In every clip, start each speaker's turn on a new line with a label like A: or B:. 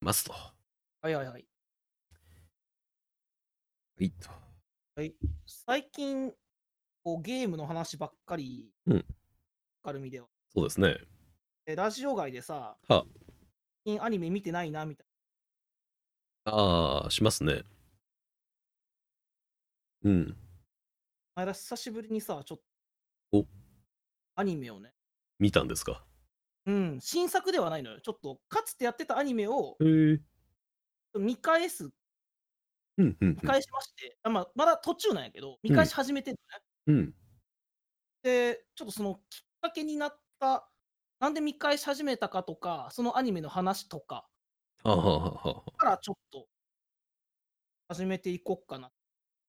A: ますと。
B: はいはいはい。
A: いいと。
B: 最近、こうゲームの話ばっかり、
A: うん
B: 軽みでは。
A: そうですね。
B: でラジオ外でさ、
A: は
B: 最近アニメ見てないなみたい
A: ああ、しますね。うん。
B: な。前ら久しぶりにさ、ちょっ
A: お
B: と、アニメをね、
A: 見たんですか。
B: うん、新作ではないのよ。ちょっと、かつてやってたアニメを
A: へえ。
B: 見返す、
A: うんうん
B: 見返しまして、あまあ、まだ途中なんやけど、見返し始めてんのね。
A: うん。うん。
B: で、ちょっとそのきっかけになった、なんで見返し始めたかとか、そのアニメの話とか
A: はあ、はあはあはあ、
B: からちょっと始めていこっかな。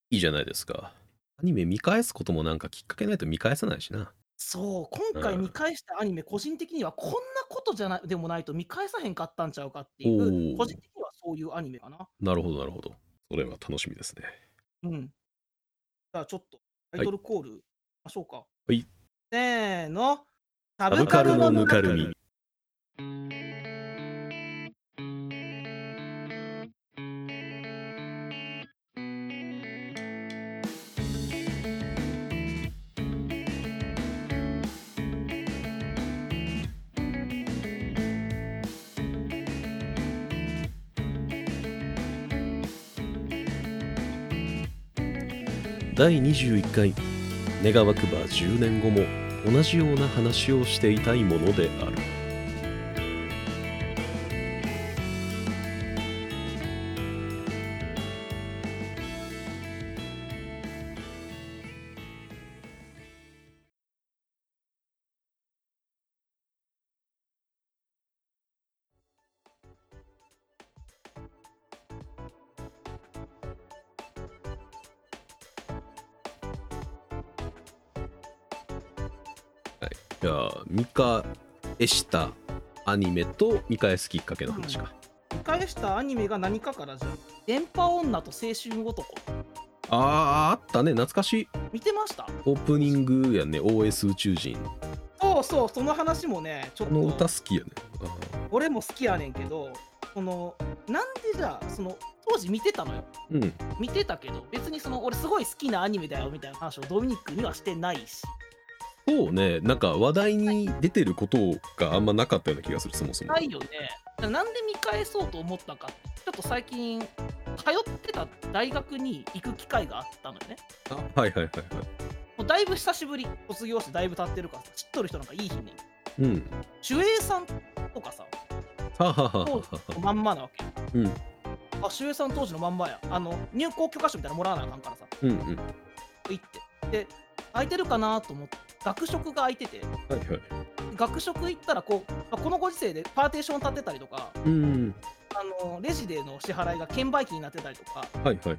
A: いいじゃないですか。アニメ見返すこともなんかきっかけないと見返さないしな。
B: そう、今回
A: うん
B: 見返したアニメ、個人的にはこんなことじゃないでもないと見返さへんかったんちゃうかってい
A: おー
B: う、個人的にはそういうアニメかな。
A: なるほど、なるほど。それは楽しみですね。
B: うん。じゃあちょっとタ
A: はい
B: イトルコール、い、ましょうか。
A: はい。
B: せーの、
A: サ
B: サ
A: ブカルのぬかるみ。第21回願わくば10年後も同じような話をしていたいものであるじゃあ見返したアニメと見返すきっかけの話か、
B: 見返したアニメが何かからじゃん。電波女と青春男。
A: あああったね懐かしい
B: 見てました
A: オープニングやね OS 宇宙人
B: そうそう、その話もね、ちょっ
A: この歌
B: と
A: 好きやね
B: 俺も好きやねんけど、そのなんでじゃあ、その当時見てたのよ。
A: うん
B: 見てたけど、別にその俺すごい好きなアニメだよみたいな話をドミニックにはしてないし。
A: そうねなんか話題に出てることがあんまなかったような気がするそもそも
B: ないよね。なんで見返そうと思ったかって、ちょっと最近、通ってた大学に行く機会があったのよね。
A: あはいはいはいは
B: もうだいぶ久しぶり、卒業してだいぶ経ってるからさ、知っとる人なんかいい日に。
A: いうん
B: 守衛さんとかさ、
A: はあはあはあ
B: 当
A: は
B: 時
A: あは
B: のまんまなわけよ。
A: あうん
B: あ、守衛さん当時のまんまや。あの、入校許可書みたいなのもらわなあかんからさ、
A: うんうん
B: 行って。で、空いてるかなと思って、学食が空いてて、
A: はいはい
B: 学食行ったらこう、まあこのご時世でパーテーション立ってたりとか、
A: うん
B: あのレジでの支払いが券売機になってたりとか、
A: はいはいはい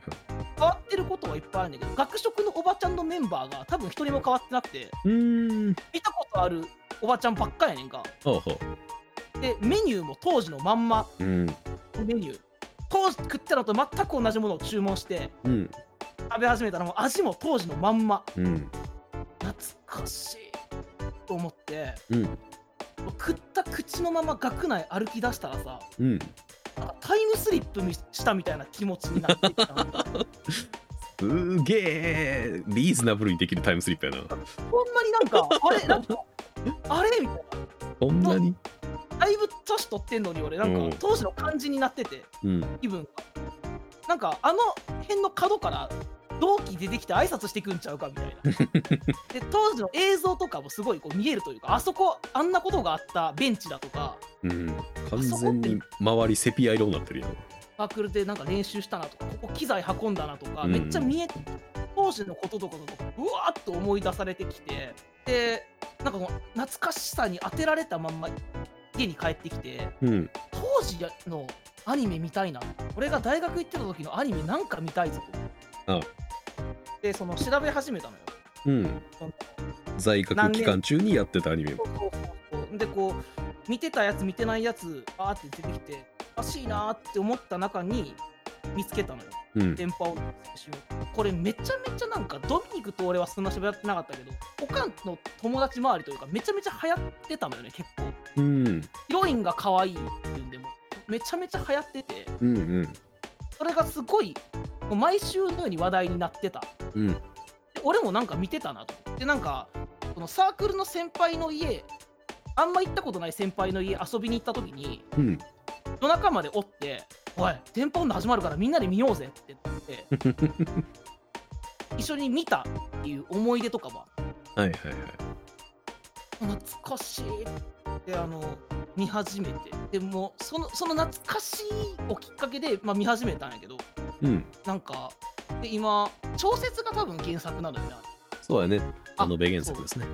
B: 変わってることはいっぱいあるんだけど、学食のおばちゃんのメンバーが多分一人も変わってなくて、
A: うん
B: 見たことあるおばちゃんばっかやねんか。
A: はあはあ
B: で、メニューも当時のまんま
A: うん
B: のメニュー。当時食ってたのと全く同じものを注文して
A: うん
B: 食べ始めたらもう味も当時のまんま
A: うん
B: 懐かしいと思って
A: うん
B: もう食った口のまま学内歩き出したらさ
A: うん
B: なんかタイムスリップみしたみたいな気持ちになってきた
A: すげえリーズナブルにできるタイムスリップやな
B: ほんまになんかあれなんかあれみたいな
A: そんなに
B: だいぶ年取ってんのに俺なん
A: うん
B: か当時の感じになってて
A: うん
B: 気分がなんかあの辺の角から同期出てきて挨拶してくんちゃうかみたい なで当時の映像とかもすごいこう見えるというかあそこあんなことがあったベンチだとか
A: うん完全に周りセピア色になってるやん
B: サークルでなんか練習したなとかここ機材運んだなとか
A: うん
B: めっちゃ見え、当時のこととかとかうわーっと思い出されてきてでなんかこう懐かしさに当てられたまんま家に帰ってきて
A: うん
B: 当時のアニメ見たいな俺が大学行ってた時のアニメなんか見たいぞと、
A: うん
B: でその調べ始めたのよ
A: うん
B: その
A: 在学期間中にやってたアニメも
B: そうそうそうそうでこう見てたやつ見てないやつあーって出てきておかしいなーって思った中に見つけたのよ
A: うん
B: 電波音選手をこれめちゃめちゃなんかドミニクと俺はそんなしゃべってなかったけどおかんの友達周りというかめちゃめちゃ流行ってたのよね結構
A: うん
B: ヒロインが可愛いっていうんでもめちゃめちゃ流行ってて
A: うんうん
B: それがすごいもう毎週のように話題になってた
A: うん
B: で俺もなんか見てたなと思ってなんかこのサークルの先輩の家あんま行ったことない先輩の家遊びに行った時に
A: うん
B: 夜中までおって「おい電波音頭始まるからみんなで見ようぜ」って言って一緒に見たっていう思い出とかは
A: はいはいはい
B: 懐かしいってあの見始めてでもうそのその懐かしいをきっかけで、まあ、見始めたんやけど
A: うん
B: なんかで今小説が多分原作なのよねあれ
A: そうやねあのベゲン作ですね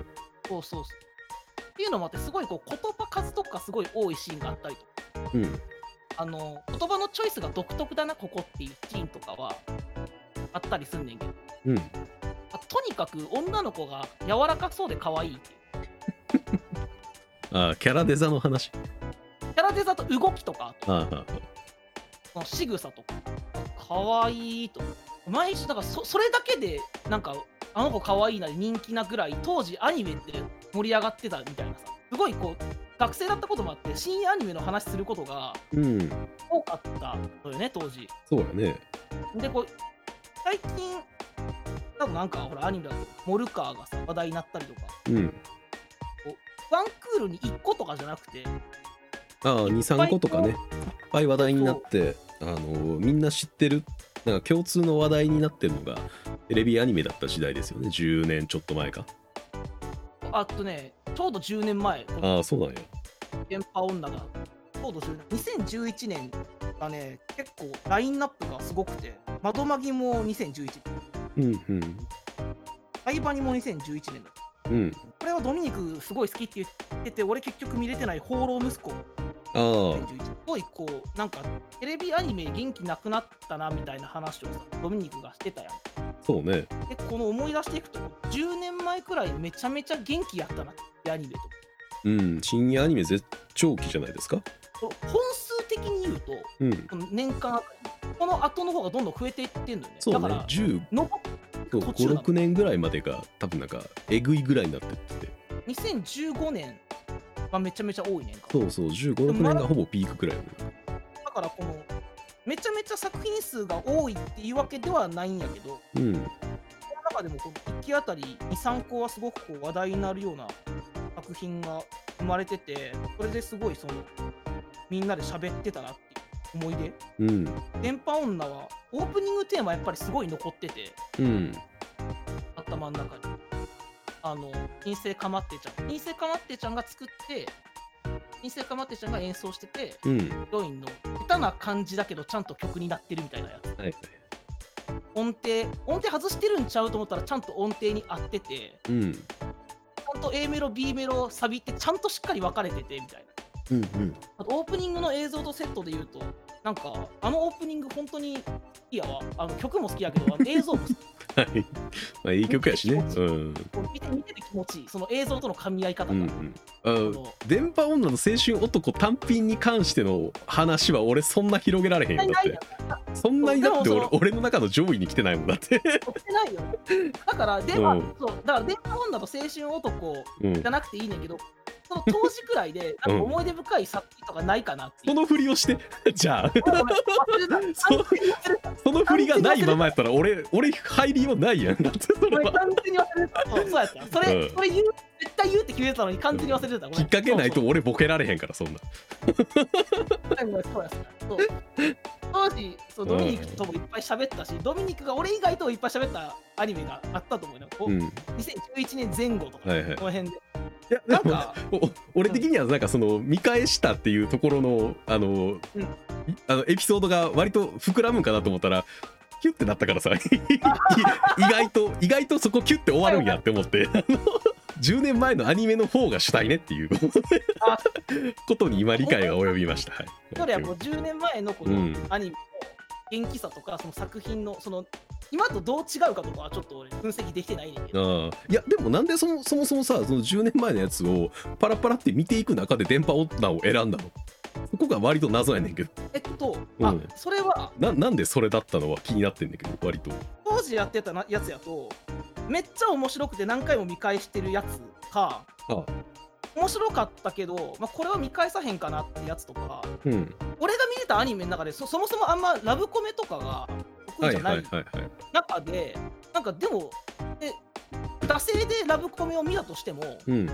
B: そうそうそう。っていうのもあって、すごいこう言葉数とかすごい多いシーンがあったりとか、
A: うん
B: あの言葉のチョイスが独特だな、ここっていうシーンとかはあったりすんねんけど、
A: うん
B: あとにかく女の子が柔らかそうで可愛いっていう
A: ああキャラデザの話
B: キャラデザと動きとか、
A: ああああ
B: その仕草とか、可愛いと。毎週、だからそそれだけで、なんか、あの子可愛いなで人気なぐらい、当時アニメって盛り上がってたみたいなさ、すごいこう、学生だったこともあって、新アニメの話することが、
A: うん
B: 多かったのよね当時
A: そうやね
B: でこう最近多分なんかほらアニメだとモルカーがさ話題になったりとか
A: うん
B: ワンクールに1個とかじゃなくて
A: ああ23個とかねいっぱい話題になってあのみんな知ってるなんか共通の話題になってるのがテレビアニメだった時代ですよね10年ちょっと前か
B: あとねちょうど10年前この
A: ああそうなんや
B: 電波女がちょうど10年2011年がね結構ラインナップがすごくて窓まぎも2011年
A: うんうん
B: 相葉にも2011年だ
A: うん
B: これはドミニクすごい好きって言ってて俺結局見れてない放浪息子
A: ああ
B: 2011すごいこうなんかテレビアニメ元気なくなったなみたいな話をさドミニクがしてたやん
A: そうね
B: でこの思い出していくと10年前くらいめちゃめちゃ元気やったなってアニメと
A: うん深夜アニメ絶頂期じゃないですか
B: これ本数的に言うと
A: うん
B: この年間この後の方がどんどん増えていってんのよね
A: そうね
B: だから
A: 15
B: の途中なの
A: 56年ぐらいまでが多分なんかえぐいぐらいになってってて
B: 2015年はめちゃめちゃ多い年間
A: そうそう1516年がほぼピークくらい
B: だからこのめちゃめちゃ作品数が多いっていうわけではないんやけど
A: うん
B: その中でもこの1期あたり23個はすごくこう話題になるような作品が生まれててそれですごいそのみんなで喋ってたなっていう思い出
A: うん
B: 「電波女」はオープニングテーマやっぱりすごい残ってて
A: うん
B: 頭の中にあの陰性かまってちゃん陰性かまってちゃんが作って陰性かまってちゃんが演奏してて
A: うん
B: ヒロインの下手な感じだけどちゃんと曲になってるみたいなやつ
A: はいはい
B: 音程音程外してるんちゃうと思ったらちゃんと音程に合ってて
A: うん
B: ちゃんと A メロ B メロサビってちゃんとしっかり分かれててみたいな
A: うんうん
B: あとオープニングの映像とセットで言うとなんかあのオープニング本当に好きやわあの曲も好きやけどあの映像も好き
A: はいまあいい曲やしねうん
B: こう見て見てて気持ちいい その映像との噛み合い方
A: う
B: が、
A: んう
B: あ
A: んあ
B: の
A: 電波女の青春男単品に関しての話は俺そんな広げられへんよだってそんなにだって
B: でも
A: 俺
B: その
A: 俺の中の上位に来てないもんだって
B: 追ってないよねだ から電
A: う
B: 話、
A: ん
B: そうだから電話女と青春男
A: うん
B: じゃなくていいねんけどその当時くらいで
A: うん
B: なんか思い出深い作品とかないかなって
A: そ
B: い。
A: う の振りをしてじゃあ
B: ごめんごめん忘れてた
A: そ
B: 完全に忘れてた
A: その振りがないままやったら俺俺入りようないやんだって それ
B: 俺
A: は
B: 完全に忘れてた。そうそうやった。それ、
A: うん
B: それ言う、絶対言うって決めてたのに完全に忘れてた。ごめん
A: きっかけない。
B: そ
A: と俺ボケられへんからそんな
B: うそうごめんそうやそうやそう当時、そうドミニクともいっぱい喋ったし、ドミニクが俺以外ともいっぱい喋ったアニメがあったと思うよ。こう
A: うんは
B: 2011年前後とか、
A: いはい
B: この辺で。
A: いや
B: な んか、
A: おお俺的にはなんかその見返したっていうところのあの,、
B: うん
A: あのエピソードが割と膨らむんかなと思ったらキュッてなったからさ い意外と意外とそこキュッて終わるんやって思ってあの10年前のアニメの方が主体ねっていう
B: あ
A: ことに今理解が及びました。はい、
B: それはもう10年前のこ
A: う
B: の
A: ん
B: アニメの元気さとか、その作品の、その、今とどう違うかとかはちょっと俺、分析できてないねんけど。
A: ああいやでもなんでそもそもそもさその10年前のやつをパラパラって見ていく中で電波女を選んだのそこが割と謎やねんけど
B: えっと、
A: う
B: あ
A: ん、
B: それは、
A: ななんでそれだったのは気になってんだけど割と
B: 当時やってたなやつやとめっちゃ面白くて何回も見返してるやつか
A: あ
B: 面白かったけど、まあ、これは見返さへんかなってやつとか
A: うん
B: 俺が見てたアニメの中でそそもそもあんまラブコメとかが得意
A: はい
B: じゃ
A: はい
B: な
A: はい
B: い
A: はい
B: 中で、なんかでもえ惰性でラブコメを見たとしてもなんか
A: うん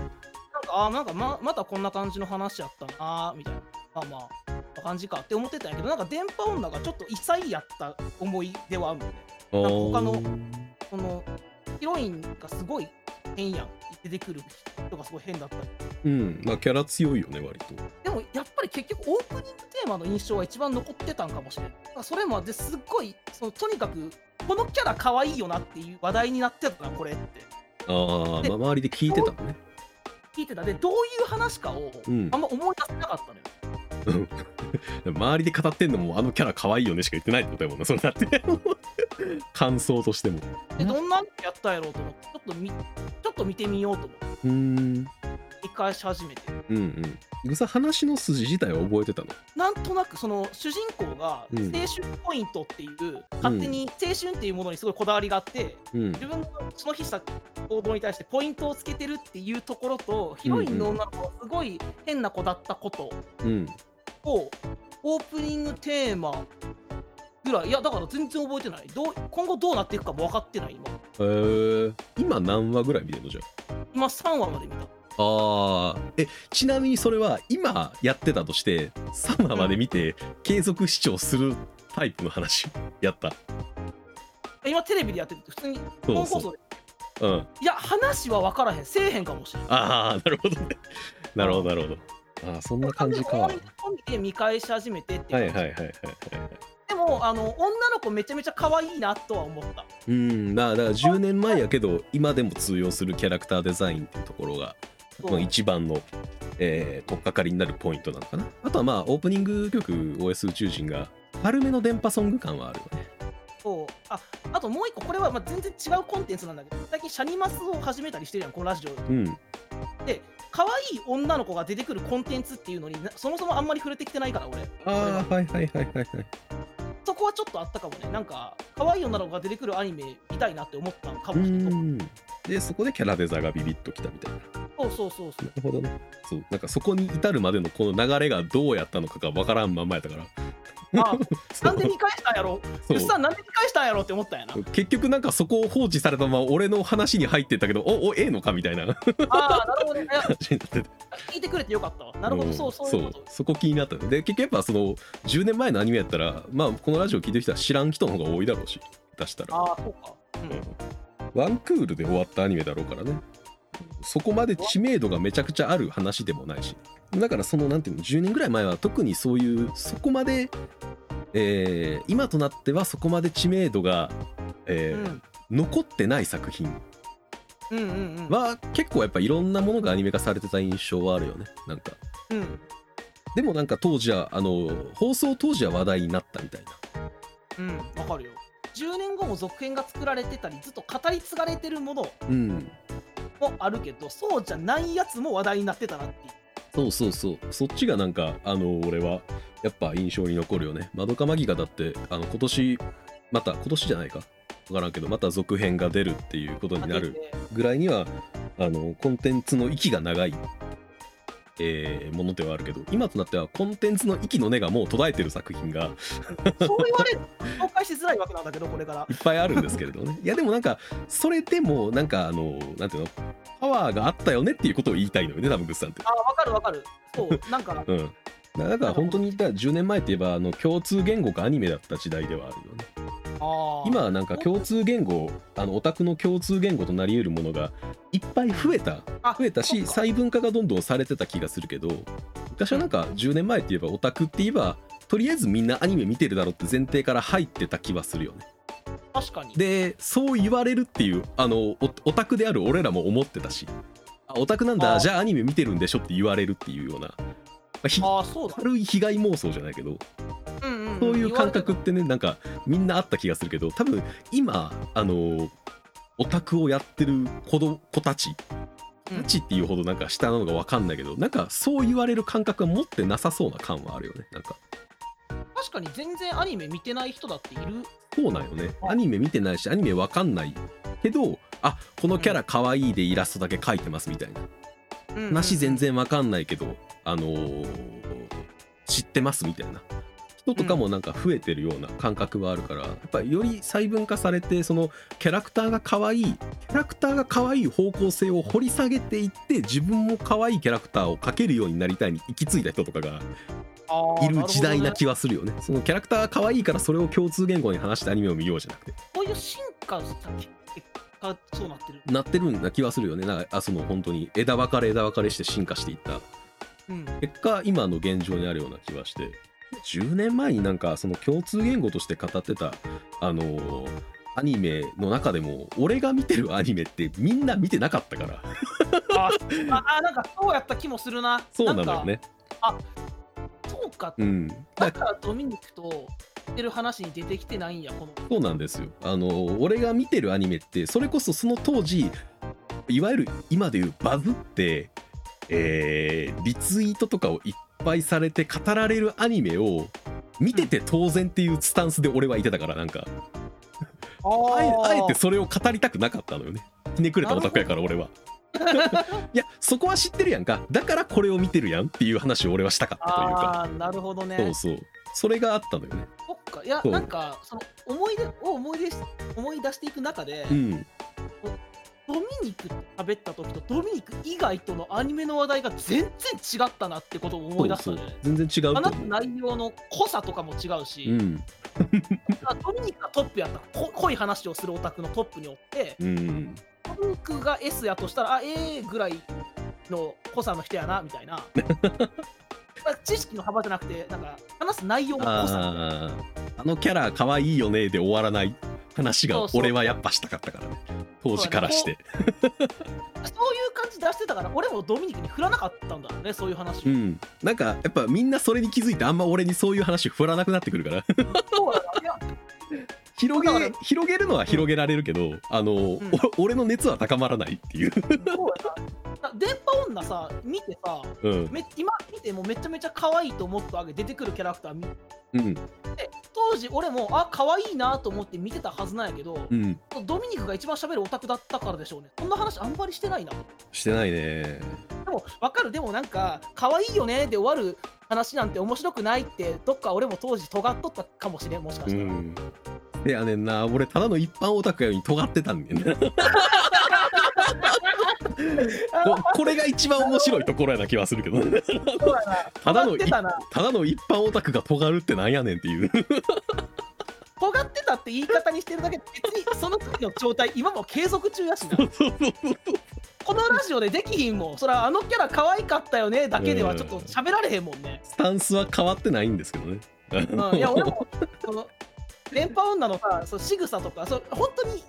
B: あーなんかままたこんな感じの話やったなーみたいなまあまあこんな感じかって思ってたんやけどなんか電波女がちょっと潔やった思いではあるので
A: あー
B: 他のこのヒロインがすごい変やん出てくる人がすごい変だったり
A: うんまあキャラ強いよね割と
B: でもやっぱり結局オープニングテーマの印象が一番残ってたんかもしれないだからそれもあってすっごいそのとにかくこのキャラ可愛いよなっていう話題になってたなこれって
A: ああ
B: で
A: まあ周りで聞いてたのね
B: 聞いてたでどういう話かを
A: うん
B: あんま思い出せなかったのよ、
A: 周りで語ってんのもあのキャラ可愛いよねしか言ってないってことやもんなそ れだって感想としても
B: で
A: うん
B: どんなのやったやろうと思ってちょっとみちょっと見てみようと思って
A: うん
B: 見返し始めて
A: うんうんぐさ話の筋自体は覚えてたの
B: なんとなくその主人公が
A: うん
B: 青春ポイントっていう、勝手に青春っていうものにすごいこだわりがあって、
A: うん
B: 自分のその日した行動に対してポイントをつけてるっていうところとヒロインの女の子がすごい変な子だったこと
A: うん
B: をオープニングテーマぐらいいやだから全然覚えてないどう今後どうなっていくかも分かってない今
A: えー、今何話ぐらい見てるのじゃ
B: 今3話まで見た
A: ああーえちなみにそれは今やってたとして3話まで見て継続視聴するタイプの話やった
B: 今テレビでやってる普通に
A: そ
B: 本
A: う
B: 放
A: そ
B: 送で
A: ううん
B: いや話は分からへんせえへんかもしれない
A: ああなるほ どねなるほどなるほどああそんな感じか
B: でも
A: は
B: 思い
A: い
B: 込みで見返し始めてって
A: は
B: いう
A: い
B: 感じ
A: はいはいはい
B: でもあの女の子めちゃめちゃ可愛いなとは思った
A: うんだから10年前やけど今でも通用するキャラクターデザインっていうところが
B: そう
A: まあ一番の、えー、取っかかりになるポイントなのかなあとはまあオープニング曲 OS 宇宙人が軽めの電波ソング感はあるよね
B: そうああともう一個これはまあ全然違うコンテンツなんだけど最近シャニマスを始めたりしてるやんこのラジオ
A: うん
B: で可愛い女の子が出てくるコンテンツっていうのになそもそもあんまり触れてきてないから俺
A: ああはいはいはいはいはい
B: そこはちょっとあったかもねなんか可愛い女の子が出てくるアニメ見たいなって思ったのか
A: う
B: もしれない
A: んでそこでキャラデザがビビッときたみたいなな
B: そうそうそうそう
A: るほどねそうなんかそこに至るまでのこの流れがどうやったのかがわからんまんまやったから
B: あ
A: そ
B: な
A: うん
B: で見返したんやろうっ
A: そう
B: さんなんで見返したんやろって思ったんやな
A: 結局なん かそこを放置されたまま俺の話に入ってったけどおおええのかみたいな 感
B: ああなるほどねいや
A: じになってて
B: 聞いてくれてよかったわなるほど
A: ん
B: そうそういうこと
A: そこ気になったよで結局やっぱその10年前のアニメやったらまあこのラジオ聞いてる人は知らん人の方が多いだろうし出したら
B: ああそうかうん
A: ワンクールで終わったアニメだろうからねそこまで知名度がめちゃくちゃある話でもないしだからそのなんていうの10年ぐらい前は特にそういうそこまで、えー今となってはそこまで知名度が、えー
B: うん
A: 残ってない作品
B: うんうんうん
A: は結構やっぱいろんなものがアニメ化されてた印象はあるよねなんか
B: うん
A: でもなんか当時はあの放送当時は話題になったみたいな
B: うん、わかるよ。10年後も続編が作られてたり、ずっと語り継がれてるもの
A: うん
B: もあるけど、そうじゃないやつも話題になってたなっていう。
A: そうそうそうそっちがなんかあの俺はやっぱ印象に残るよねまどかマギカだってあの今年また今年じゃないか分からんけどまた続編が出るっていうことにな
B: あ出
A: る
B: て
A: ぐらいにはあのコンテンツの息が長い、えーものではあるけど今となってはコンテンツの息の根がもう途絶えてる作品が
B: そう言われると、紹介しづらいわけなんだけど、これから
A: い。っぱいあるんですけれど ね。いやでもなんかそれでもなんかあのなんていうのパワーがあったよねっていうことを言いたいのよね多分グッズさんって。
B: ああ、わかるわかる。そう、なんか、
A: うん。だから本当にだから10年前って言えばあの共通言語がアニメだった時代ではあるよね。
B: ああ、
A: 今はなんか共通言語あのオタクの共通言語となり得るものがいっぱい増えた
B: あ
A: 増えたし
B: そっか
A: 細分化がどんどんされてた気がするけど昔はなんか10年前って言えばオタクって言えばとりあえずみんなアニメ見てるだろうって前提から入ってた気はするよね。
B: 確かに。
A: でそう言われるっていうあのおオタクである俺らも思ってたしあオタクなんだ
B: あー
A: じゃあアニメ見てるんでしょって言われるっていうような、まあひ
B: ああ、そうだ。
A: 軽い被害妄想じゃないけど
B: うんうんん
A: そういう感覚っ
B: 言わ
A: てねなんかみんなあった気がするけど多分今あのオタクをやってる子ど子たち
B: れ
A: た
B: て
A: ちっていうほどなんか下なのが分かんないけどなんかそう言われる感覚は持ってなさそうな感はあるよねなんか
B: うん確かに全然アニメ見てない人だっている。
A: そうなんよねアニメ見てないしアニメわかんないけどあこのキャラ可愛いでイラストだけ描いてますみたいな
B: うんうん
A: 話全然わかんないけど、あのー知ってますみたいな人とかもなんか増えてるような感覚はあるから、やっぱりより細分化されてそのキャラクターが可愛いキャラクターが可愛い方向性を掘り下げていって自分も可愛いキャラクターを描けるようになりたいに行き着いた人とかが
B: あー
A: いる時代な
B: るほどね
A: 気はするよねそのキャラクターが可愛いからそれを共通言語に話してアニメを見ようじゃなくて
B: こういう進化した結果そうなってる、
A: なってるんな気はするよねなんかあその本当に枝分かれ枝分かれして進化していった
B: うん、
A: 結果今の現状にあるような気はして10年前になんかその共通言語として語ってたあのーアニメの中でも俺が見てるアニメってみんな見てなかったから
B: あああなんかそうやった気もするな
A: そうなのよ
B: んか
A: ね
B: そうか
A: うん
B: だ
A: だ
B: からドミニクと言ってる話に出てきてないんやこの
A: そうなんですよあのー俺が見てるアニメってそれこそその当時いわゆる今でいうバズってえーリツイートとかをいっぱいされて語られるアニメを見てて当然っていうスタンスで俺はいてたからなんかあえあえてそれを語りたくなかったのよねひねくれたオタクやから俺はいやそこは 知ってるやんかだからこれを見てるやんっていう話を俺はしたかったというか
B: あーなるほどね
A: そうそうそれがあったのよね
B: そっかいや
A: そう
B: なんかその思い出を思い出し思い出していく中で、
A: うん
B: ドミニクと喋った時とドミニク以外とのアニメの話題が全然違ったなってことを思い出した
A: そう
B: ね
A: そう全然違うと
B: 話す
A: 思う
B: 内容の濃さとかも違うし、
A: うん
B: まあドミニクがトップやったらこ濃い話をするオタクのトップにおって
A: うん
B: ドミニクが S やとしたらあええぐらいの濃さの人やなみた いなまあ知識の幅じゃなくてなんか話す内容の濃さ
A: あーあのキャラ可愛いよねで終わらない話
B: そ
A: が
B: うそう
A: 俺はやっぱしたかったからね当時からして
B: そういう感じ出してたから俺もドミニクに振らなかったんだろうねそういう話
A: う
B: を、
A: んなんかやっぱみんなそれに気づいてあんま俺にそういう話振らなくなってくる から
B: そうだないや
A: 広
B: だか
A: げ
B: ら
A: 広げるのは広げられるけど、あの、
B: ん
A: お 俺の熱は高まらないっていう、
B: そうやな。な電波女さ、見てさ、
A: うん
B: め今見てもめちゃめちゃ可愛いと思ったわけ出てくるキャラクター見て、
A: うん
B: 当時俺も、あ、可愛いなと思って見てたはずなんやけど、
A: うん、
B: ドミニクが一番喋るオタクだったからでしょうね。そんな話あんまりしてないな。
A: してないね
B: でも、わかる、でもなんか、可愛いよねで終わる話なんて面白くないって、どっか俺も当時尖っとったかもしれん、もしか
A: う
B: したら。
A: んいやねんな俺ただの一般オタクやのに尖ってたんだ よねここれが一番面白いところやな気はするけどね
B: そうやな。
A: ただの
B: 尖ってたな。
A: ただの一般オタクが尖るってなんやねんっていう
B: 尖ってたって言い方にしてるだけで、別に その時の状態、今も継続中やしな。このラジオでできひんもんそらあのキャラ可愛かったよねだけではちょっと喋られへんもんね、
A: スタンスは変わってないんですけどね
B: うん、いや俺もその連覇女のさその仕草とかそう本当に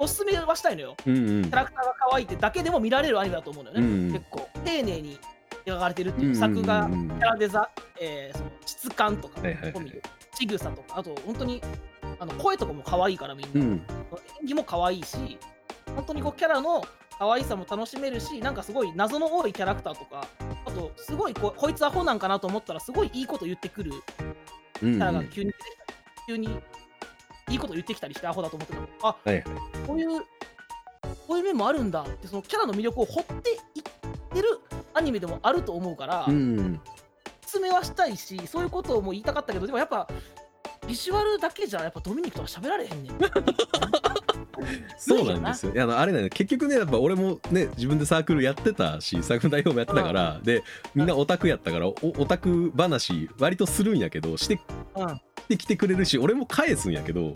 B: おすすめはしたいのよ
A: うんうん
B: キャラクターが可愛いってだけでも見られるアニメだと思うのよ
A: う
B: ね、
A: ん
B: 結構丁寧に描かれてるって
A: うん
B: いう作画、
A: うんうんうん
B: キャラデザ、えーその質感とか、
A: はいはいはい
B: 込み仕草とかあと本当にあの声とかも可愛いからみんな、
A: うん
B: 演技も可愛いし本当にこうキャラの可愛さも楽しめるしなんかすごい謎の多いキャラクターとかあとすごいこうこいつアホなんかなと思ったらすごいいいこと言ってくるキ
A: うんうん
B: ャ
A: は
B: ラ
A: い
B: が急に出てきたり、急にいいこと言ってきたりしてアホだと思ってたのあ
A: はい
B: こういうこういう面もあるんだってそのキャラの魅力を掘っていってるアニメでもあると思うから、
A: うん
B: 説明はしたいしそういうことをもう言いたかったけどでもやっぱビジュアルだけじゃやっぱドミニクとは喋られへんねん。
A: そうなんですよ。いやあのあれだよね結局ねやっぱ俺もね自分でサークルやってたしサークル代表もやってたから、でみんなオタクやったからおオタク話割とするんやけどして
B: うんうん
A: してきてくれるし俺も返すんやけど、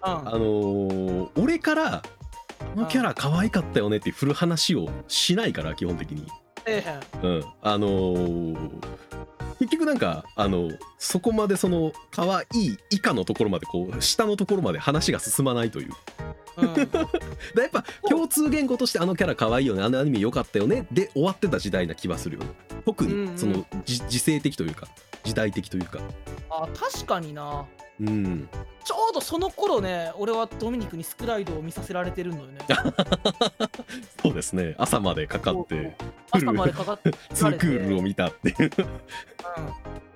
A: あのー俺から「このキャラ可愛かったよね」って振る話をしないから基本的に。
B: ええ
A: うん、あのー結局なんかあのそこまでその可愛い以下のところまでこう下のところまで話が進まないという
B: うん
A: だやっぱ共通言語としてあのキャラ可愛いよねあのアニメ良かったよねで終わってた時代な気はするよね特
B: うんう
A: に
B: ん
A: そのじ時勢的というか時代的というか
B: あ確かにな
A: うん
B: ちょうどその頃ね俺はドミニクにスクライドを見させられてるのよね
A: そうですね朝までかかって
B: 朝までかかって
A: ツークールを見たっていう
B: うん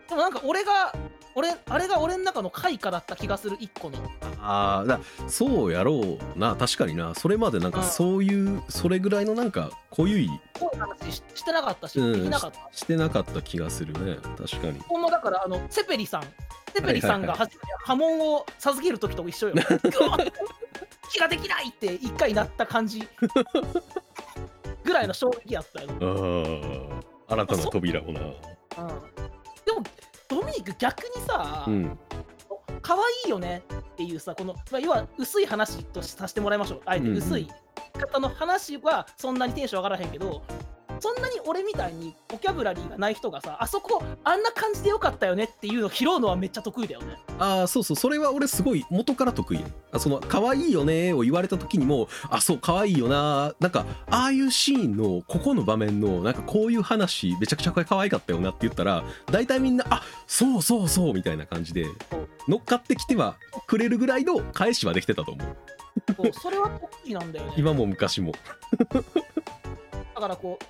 B: でもなんか俺が俺あれが俺の中の開花だった気がする一個の
A: ああだそうやろうな確かになそれまでなんか
B: うん
A: そういうそれぐらいのなんか濃ゆい
B: こういう話ししてなかったし、
A: うん
B: できなかった
A: してなかった気がするね確かに
B: ほんまだからあのセペリさんセペリさんが初めて波紋を授ける時と一緒よ うわ気ができないって一回なった感じぐらいの衝撃やったよ、うん、
A: あー新たな扉をな
B: でもドミニク逆にさ、
A: うん
B: 可愛いよねっていうさこの、まあ、要は薄い話とさせてもらいましょうあえて
A: うんうん
B: 薄い方の話はそんなにテンション上がらへんけどそんなに俺みたいにボキャブラリーがない人がさあそこあんな感じでよかったよねっていうのを拾うのはめっちゃ得意だよね
A: ああそうそうそれは俺すごい元から得意やんあその「可愛いよね」を言われた時にも「あそう可愛いよな」なんかああいうシーンのここの場面のなんかこういう話めちゃくちゃ可愛かったよなって言ったら大体みんな「あそうそうそう」みたいな感じで乗っかってきてはくれるぐらいの返しはできてたと思う
B: そうそれは得意なんだよね
A: 今も昔も
B: だからこう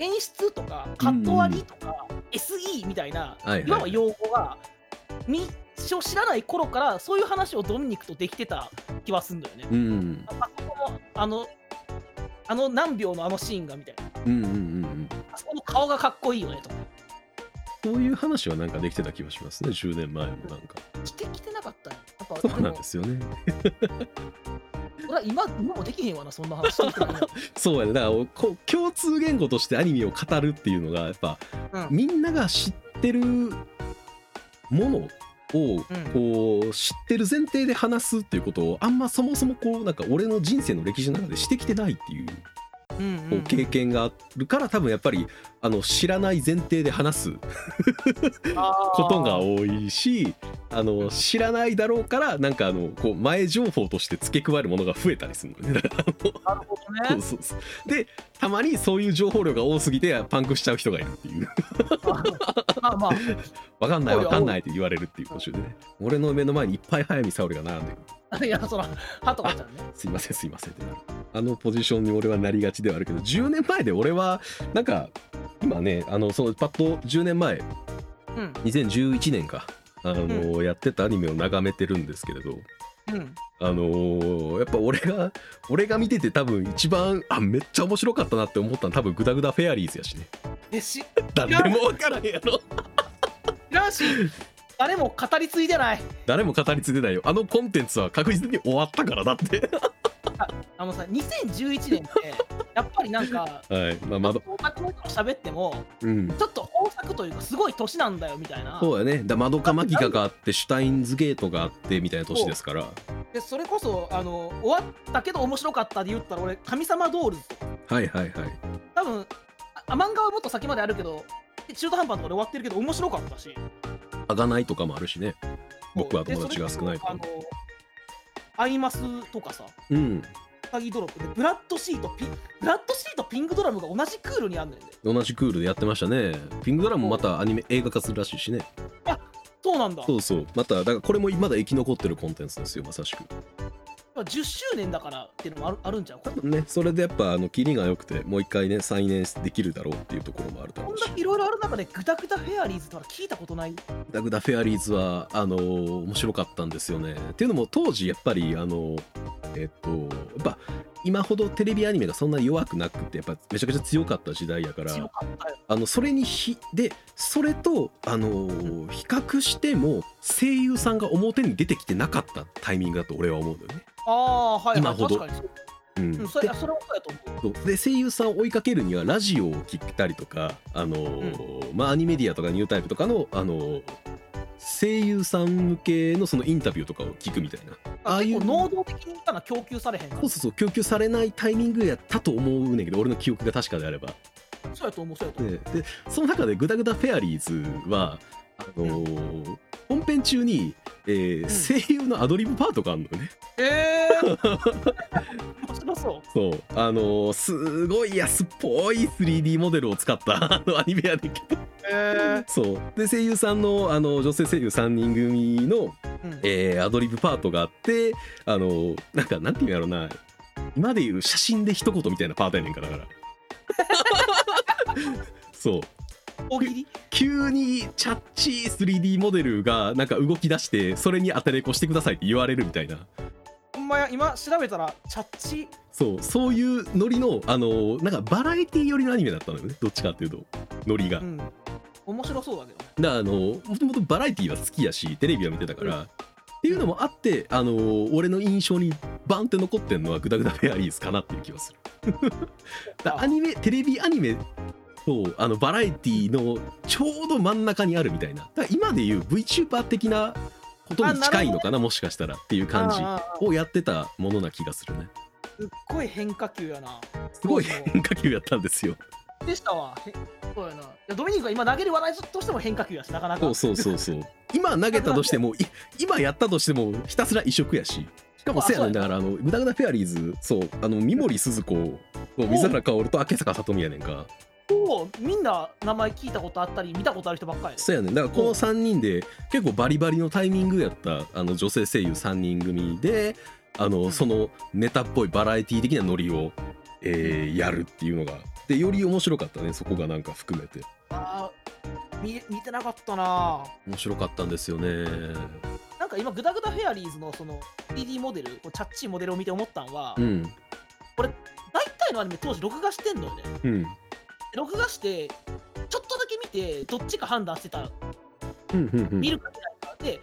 B: 演出とかカット割りとか、SE みたいな、
A: はいはい
B: いわば用語がみを知らない頃からそういう話をドミニクとできてた気はするんだよね。
A: うん
B: あそこのあのあの何秒のあのシーンがみたいな
A: うんうんうんうん
B: あそこの顔がかっこいいよねとか
A: そういう話はなんかできてた気がしますね10年前もなんか
B: 着てきてなかったねやっぱ
A: そうなん
B: で
A: で
B: も
A: すよね
B: 俺は今今もできへんわなそんな話聞いてたらね
A: そうやねだからこう共通言語としてアニメを語るっていうのがやっぱ
B: うん
A: みんなが知ってるものをこう知ってる前提で話すっていうことをあんまそもそもこうなんか俺の人生の歴史の中でしてきてないっていう
B: うんうん
A: こう経験があるから多分やっぱりあの知らない前提で話すことが
B: あ
A: 多いしあの知らないだろうからなんかあのこう前情報として付け加えるものが増えたりするのね。だから
B: ーなるほど
A: そう
B: ね
A: そうそうでたまにそういう情報量が多すぎてパンクしちゃう人がいるっていう
B: まあまあ
A: 「わかんないわかんない」って言われるっていう途中でね俺の目の前にいっぱい速水沙織が並んでる
B: まあ いやそのハトコちゃんね
A: すいませんすいませんってなるあのポジションに俺はなりがちではあるけど10年前で俺はなんか今ねあのそのパッと10年前
B: うん
A: 2011年かあの、やってたアニメを眺めてるんですけれど
B: うん
A: あのーやっぱ俺が俺が見てて多分一番あめっちゃ面白かったなって思ったの多分グダグダフェアリーズやしね
B: えし
A: 誰でも分からへんやろ
B: 知らんし誰も語り継いでない
A: 誰も語り継いでないよあのコンテンツは確実に終わったからだって
B: あのさ2011年ってやっぱりなんか
A: はいまあまど
B: オタクの人と喋っても
A: うん
B: ちょっと豊作というかすごい年なんだよみたいな
A: そうやねだ窓かマギカがあってシュタインズゲートがあってみたいな年ですから
B: でそれこそあの終わったけど面白かったで言ったら俺「神様ドールズ」とか
A: はいはいはい
B: 多分ああ漫画はもっと先まであるけど中途半端のところで終わってるけど面白かったし
A: あがないとかもあるしね僕は
B: で
A: 友達が少ない
B: それ
A: か
B: こ
A: ら
B: そあのアイマスとかさ
A: うん
B: サギドロップでブラッドシートピンブラッドシートピングドラムが同じクールにあんねんで
A: 同じクールでやってましたねピングドラムもまたアニメ映画化するらしいしね
B: そうなんだ
A: そうそうまただからこれもまだ生き残ってるコンテンツですよまさしく
B: まあ10周年だからっていうのもあるあるんちゃうこ
A: 多
B: れ
A: 分ねそれでやっぱあのキリが良くてもう一回ね再燃できるだろうっていうところもあるだ
B: こ
A: ろ
B: ん
A: う
B: だ
A: し
B: けいろいろある中でグダグダフェアリーズとか聞いたことない
A: ダグダフェアリーズはあのー面白かったんですよね。っていうのも当時やっぱりあのーえっとやっぱ今ほどテレビアニメがそんな弱くなくてやっぱめちゃくちゃ強かった時代やから
B: 強かったよ
A: あのそれにひでそれとあのー比較しても声優さんが表に出てきてなかったタイミングだと俺は思うんだよね。
B: ああはい
A: 今
B: はい
A: ほど
B: 確かにそう
A: うん
B: うんそれそれもそうやと思う
A: そうで声優さんを追いかけるにはラジオを聞いたりとか、あのーまあ、アニメディアとかニュータイプとかの、あのー声優さん向けのそのインタビューとかを聞くみたいなああいう
B: 結構能動的にいたな供給されへんから
A: そうそうそう供給されないタイミングやったと思うねんけど俺の記憶が確かであれば
B: そうやと思うそうやと思う
A: ででその中で「グダグダフェアリーズは」あのー本編中に、えー
B: ん
A: 声優のアドリブパートがあるのよね
B: ええー、 面白そう
A: そうあのーすごい安っぽい 3D モデルを使ったあのアニメやねんけど
B: えー、
A: そうで声優さんのあの女性声優3人組の、
B: うん
A: えーアドリブパートがあってあのなんかなんていうんやろな今でいう写真で一言みたいなパートやねんかだからそう
B: 大喜利
A: 急にチャッチー 3D モデルがなんか動き出してそれに当たりこしてくださいって言われるみたいな
B: ほんまや今調べたらチャッチ
A: そうそういうノリのあのなんかバラエティ寄りのアニメだったのよねどっちかっていうとノリが
B: う。ん面白そうだけどね
A: だからあのもともとバラエティーは好きやしテレビは見てたから、
B: うん
A: っていうのもあってあの俺の印象にバンって残ってんのはグダグダフェアリーズかなっていう気がする だからアニメテレビアニメとあのバラエティーのちょうど真ん中にあるみたいなだから今でいう VTuber 的なことに近いのかなもしかしたらっていう感
B: ああ
A: じ
B: ああ
A: をやってたものな気がするね
B: すっごい変化球やな
A: すごい
B: そう
A: 変化球やったんです よ
B: そうでしたわへそうやないやドミニクが今投げる話題としても変化球やしなかなか
A: そうそうそうそう今投げたとしてもい今やったとしてもひたすら移植やししかもせやねん
B: あそ
A: だか
B: う
A: らあのグダグダフェアリーズそうあの三森すず子と水原かおると明坂さとみやねんか
B: おうみんな名前聞いたことあったり見たことある人ばっかり
A: そうやねんだからこの3人で結構バリバリのタイミングやったあの女性声優3人組であのそのネタっぽいバラエティ的なノリを、えーやるっていうのがでより面白かったねそこがなんか含めて
B: あー見見てなかったな
A: 面白かったんですよね
B: なんか今グダグダフェアリーズのその 3D モデルこうチャッチーモデルを見て思ったんは、
A: うん
B: 大体のアニメ当時録画してんのよね
A: うん
B: 録画してちょっとだけ見てどっちか判断してた
A: うんうんうん
B: 見るか見ないかで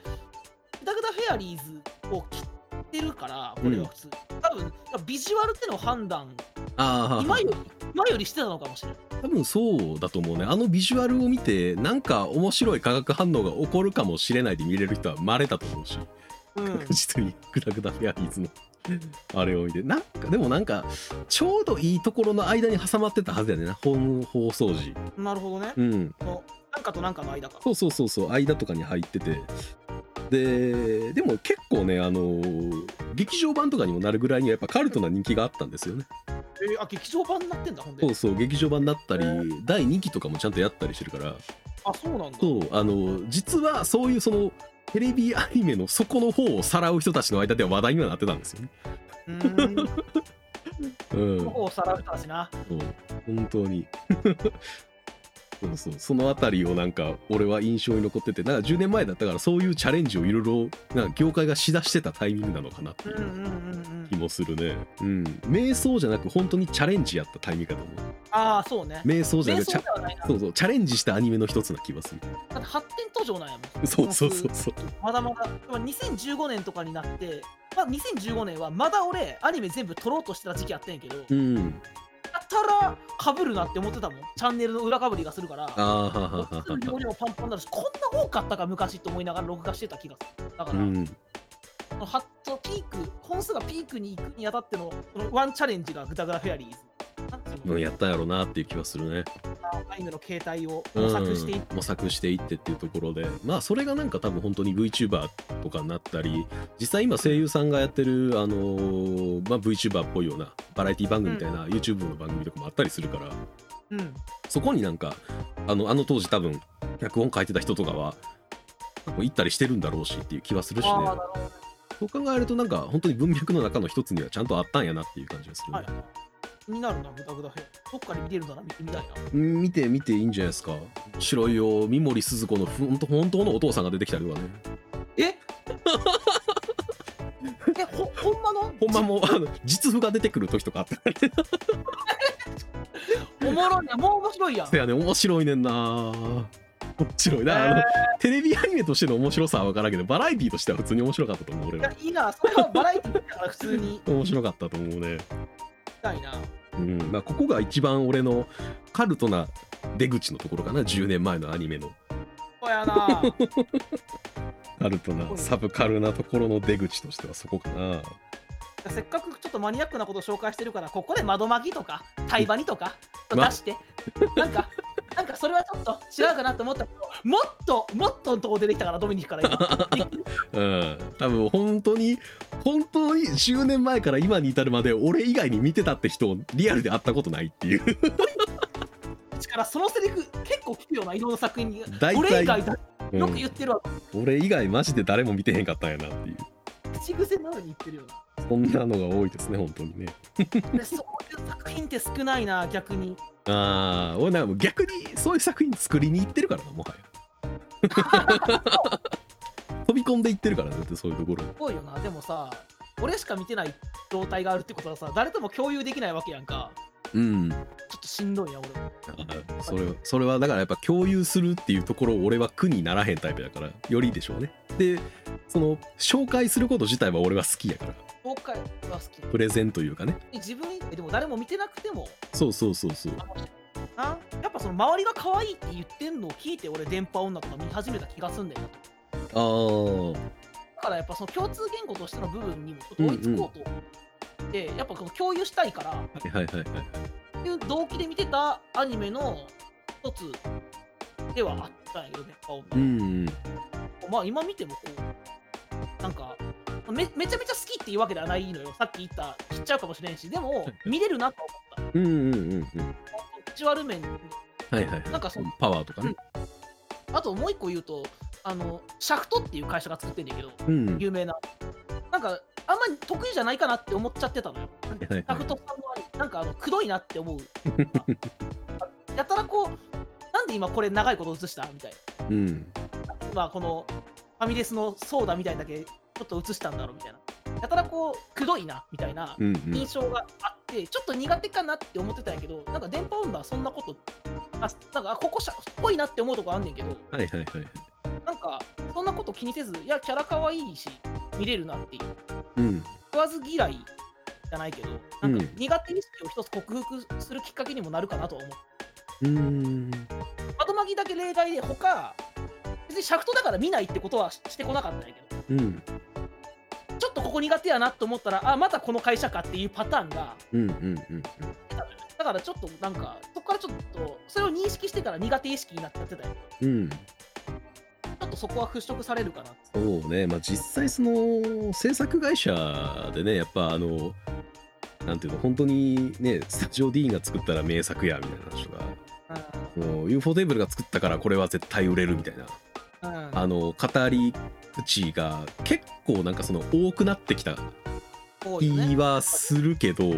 B: グダグダフェアリーズを切ってるからこれは普通、多分ビジュアルっての判断
A: ああ
B: 今より今よりしてたのかもしれない
A: 多分そうだと思うねあのビジュアルを見てなんか面白い化学反応が起こるかもしれないで見れる人は稀だと思うし
B: うん
A: 確、 実にグダグダフェアリーズの あれを見てなんかでもなんかちょうどいいところの間に挟まってたはずやねんなホーム放送時
B: なるほどね、
A: うん
B: そのなんかとなんかの間か
A: そうそうそうそう間とかに入っててででも結構ねあの劇場版とかにもなるぐらいにはやっぱカルトな人気があったんですよね
B: えーあ劇場版になってんだほんで
A: そうそう劇場版になったり
B: へえ
A: 第2期とかもちゃんとやったりしてるから
B: あそうなんだ
A: そうあの実はそういうそのテレビアニメの底の方をさらう人たちの間では話題にはなってたんですよね。
B: うーん
A: うん、
B: こ
A: そ
B: こをさらったしな
A: う本当に そうそうその辺りをなんか俺は印象に残っててなんか10年前だったからそういうチャレンジをいろいろなんか業界がしだしてたタイミングなのかなって
B: う
A: い
B: んう
A: う
B: んうんうん
A: 気もするね。うん、瞑想じゃなく本当にチャレンジやったタイミングかと思う。
B: ああそうね
A: 瞑想じゃ
B: 瞑
A: なくチ
B: 想
A: ャ
B: ではないな
A: そうそうチャレンジしたアニメの一つな気がする。
B: だって発展途上なんやもん
A: そうそうそうそう。
B: まだまだでも2015年とかになって、まあ、2015年はまだ俺アニメ全部撮ろうとしてた時期あったんやけどや
A: うん。
B: たらかぶるなって思ってたもんチャンネルの裏かぶりがするから
A: ああははは
B: す
A: は
B: ぐ容量パンパンになるしこんな多かったか昔って思いながら録画してた気がするだか
A: う
B: ら、
A: ん。
B: そのハットピーク本数がピークに行くにあたってのそのワンチャレンジがグダグダフェアリーズなんていう
A: う
B: の
A: んやったやろなっていう気はするね。
B: アニメの形態を
A: うん
B: 模索していっ
A: 模索していってっていうところでまあそれがなんか多分本当に VTuber とかになったり実際今声優さんがやってる、あのーまあ、VTuber っぽいようなバラエティ番組みたいな YouTube の番組とかもあったりするから、
B: うん、
A: そこになんかあのあの当時多分脚本書いてた人とかはこう行ったりしてるんだろうしっていう気はするしね
B: ああなるほどね
A: そう考えるとなんか本当に文脈の中の一つにはちゃんとあったんやなっていう感じがするね、
B: はい気になるなグダグダフェアリーズどっかで見れるなら見てみたいな
A: うん見て見ていいんじゃないですか白いよ三森すず子のふ本当本当のお父さんが出てきたりとかね
B: ええ、ほ、ほんまの
A: ほんまもうあの実譜が出てくる時とかあったり
B: おもろいやん、もう面白いやん。
A: やね面白いねんな面白いだからあの、テレビアニメとしての面白さは分からんけどバラエティーとしては普通に面白かったと思う俺
B: いや
A: はい
B: いな、それはバラエティーだから普通に
A: 面白かったと思うね
B: 見たいな。
A: うんまあここが一番俺のカルトな出口のところかな10年前のアニメの
B: そうやな。
A: カルトなサブカルなところの出口としてはそこかな
B: せっかくちょっとマニアックなことを紹介してるから、ここで窓巻きとか、対話にとか、出
A: ま
B: して、なんか、 なんかそれはちょっと違うかなと思ったけど、もっと、もっとのとこ出てきたから、ドミニクから 今。
A: うん多分本当に本当に10年前から今に至るまで俺以外に見てたって人をリアルで会ったことないって いう
B: うちからそのセリフ結構聞くような、いろんな作品に。
A: 大体
B: 俺以外だ、
A: うん
B: よく言ってるわ。
A: 俺以外マジで誰も見てへんかったんやなっていう
B: 口癖のように言ってるよな。
A: そんなのが多いですね本当にね
B: でそういう作品って少ないな逆に
A: ああ俺なんかもう逆にそういう作品作りに行ってるからなも はや飛び込んでいってるから絶対そういうところに
B: 多いよなでもさ俺しか見てない状態があるってことはさ誰とも共有できないわけやんか
A: うん
B: ちょっとしんどいや俺
A: あ それはそれはだからやっぱ共有するっていうところを俺は苦にならへんタイプだからよりでしょうねでその紹介すること自体は俺は好きやから
B: 公開は好き
A: プレゼンというかね
B: 自分でも誰も見てなくても
A: そうそうそうそう
B: なやっぱその周りが可愛いって言ってんのを聞いて俺電波女とか見始めた気がすんだよなと
A: あー
B: だからやっぱその共通言語としての部分にもちょっと追いつこうと、でやっぱこの共有したいから
A: はいはいはいはい
B: っていう動機で見てたアニメの一つではあったんやけどね、顔も
A: うんうん
B: まあ今見てもこうなんかめめちゃめちゃ好きっていうわけではないのよさっき言ったちっちゃうかもしれんしでも見れるなと思っ
A: うんうんうんうん
B: たビジュアル面に
A: はいはい
B: なんかその
A: パワーとかね
B: あともう一個言うとあのシャフトっていう会社が作ってんだけど
A: うん、
B: 有名ななんかあんまり得意じゃないかなって思っちゃってたのよ
A: はいはい
B: シャフトさんのあれなんかあのくどいなって思う やたらこうなんで今これ長いこと映したみたいな
A: うん
B: まあこのファミレスのソーダみたいなだけちょっと映したんだろうみたいなやたらこうくどいなみたいな
A: うんうん
B: 印象があって、ちょっと苦手かなって思ってたんやけどなんか電波女はそんなことあなんかあここしゃっぽいなって思うとこあんねんけど
A: はいはいはい
B: なんかそんなこと気にせずいやキャラ可愛いし見れるなっていう
A: うん
B: 食わず嫌いじゃないけどなんか苦手意識を一つ克服するきっかけにもなるかなとは思う
A: うん
B: 窓巻きだけ例外で他別にシャフトだから見ないってことはししてこなかったんやけど
A: うん
B: ちょっとここ苦手やなと思ったら、あ、またこの会社かっていうパターンが、
A: うんうんうん
B: だからちょっとなんか、そこからちょっと、それを認識してから苦手意識になっちゃってたよ。
A: うん
B: ちょっとそこは払拭されるかなって。
A: そうね、まあ、実際その制作会社でねやっぱあのなんていうの本当にねスタジオ D が作ったら名作やみたいな話とかその UFO テーブルが作ったからこれは絶対売れるみたいな
B: うん。うん。
A: あの語り口が結構なんかその多くなってきた
B: 多いよ
A: 気
B: ね。
A: はするけど、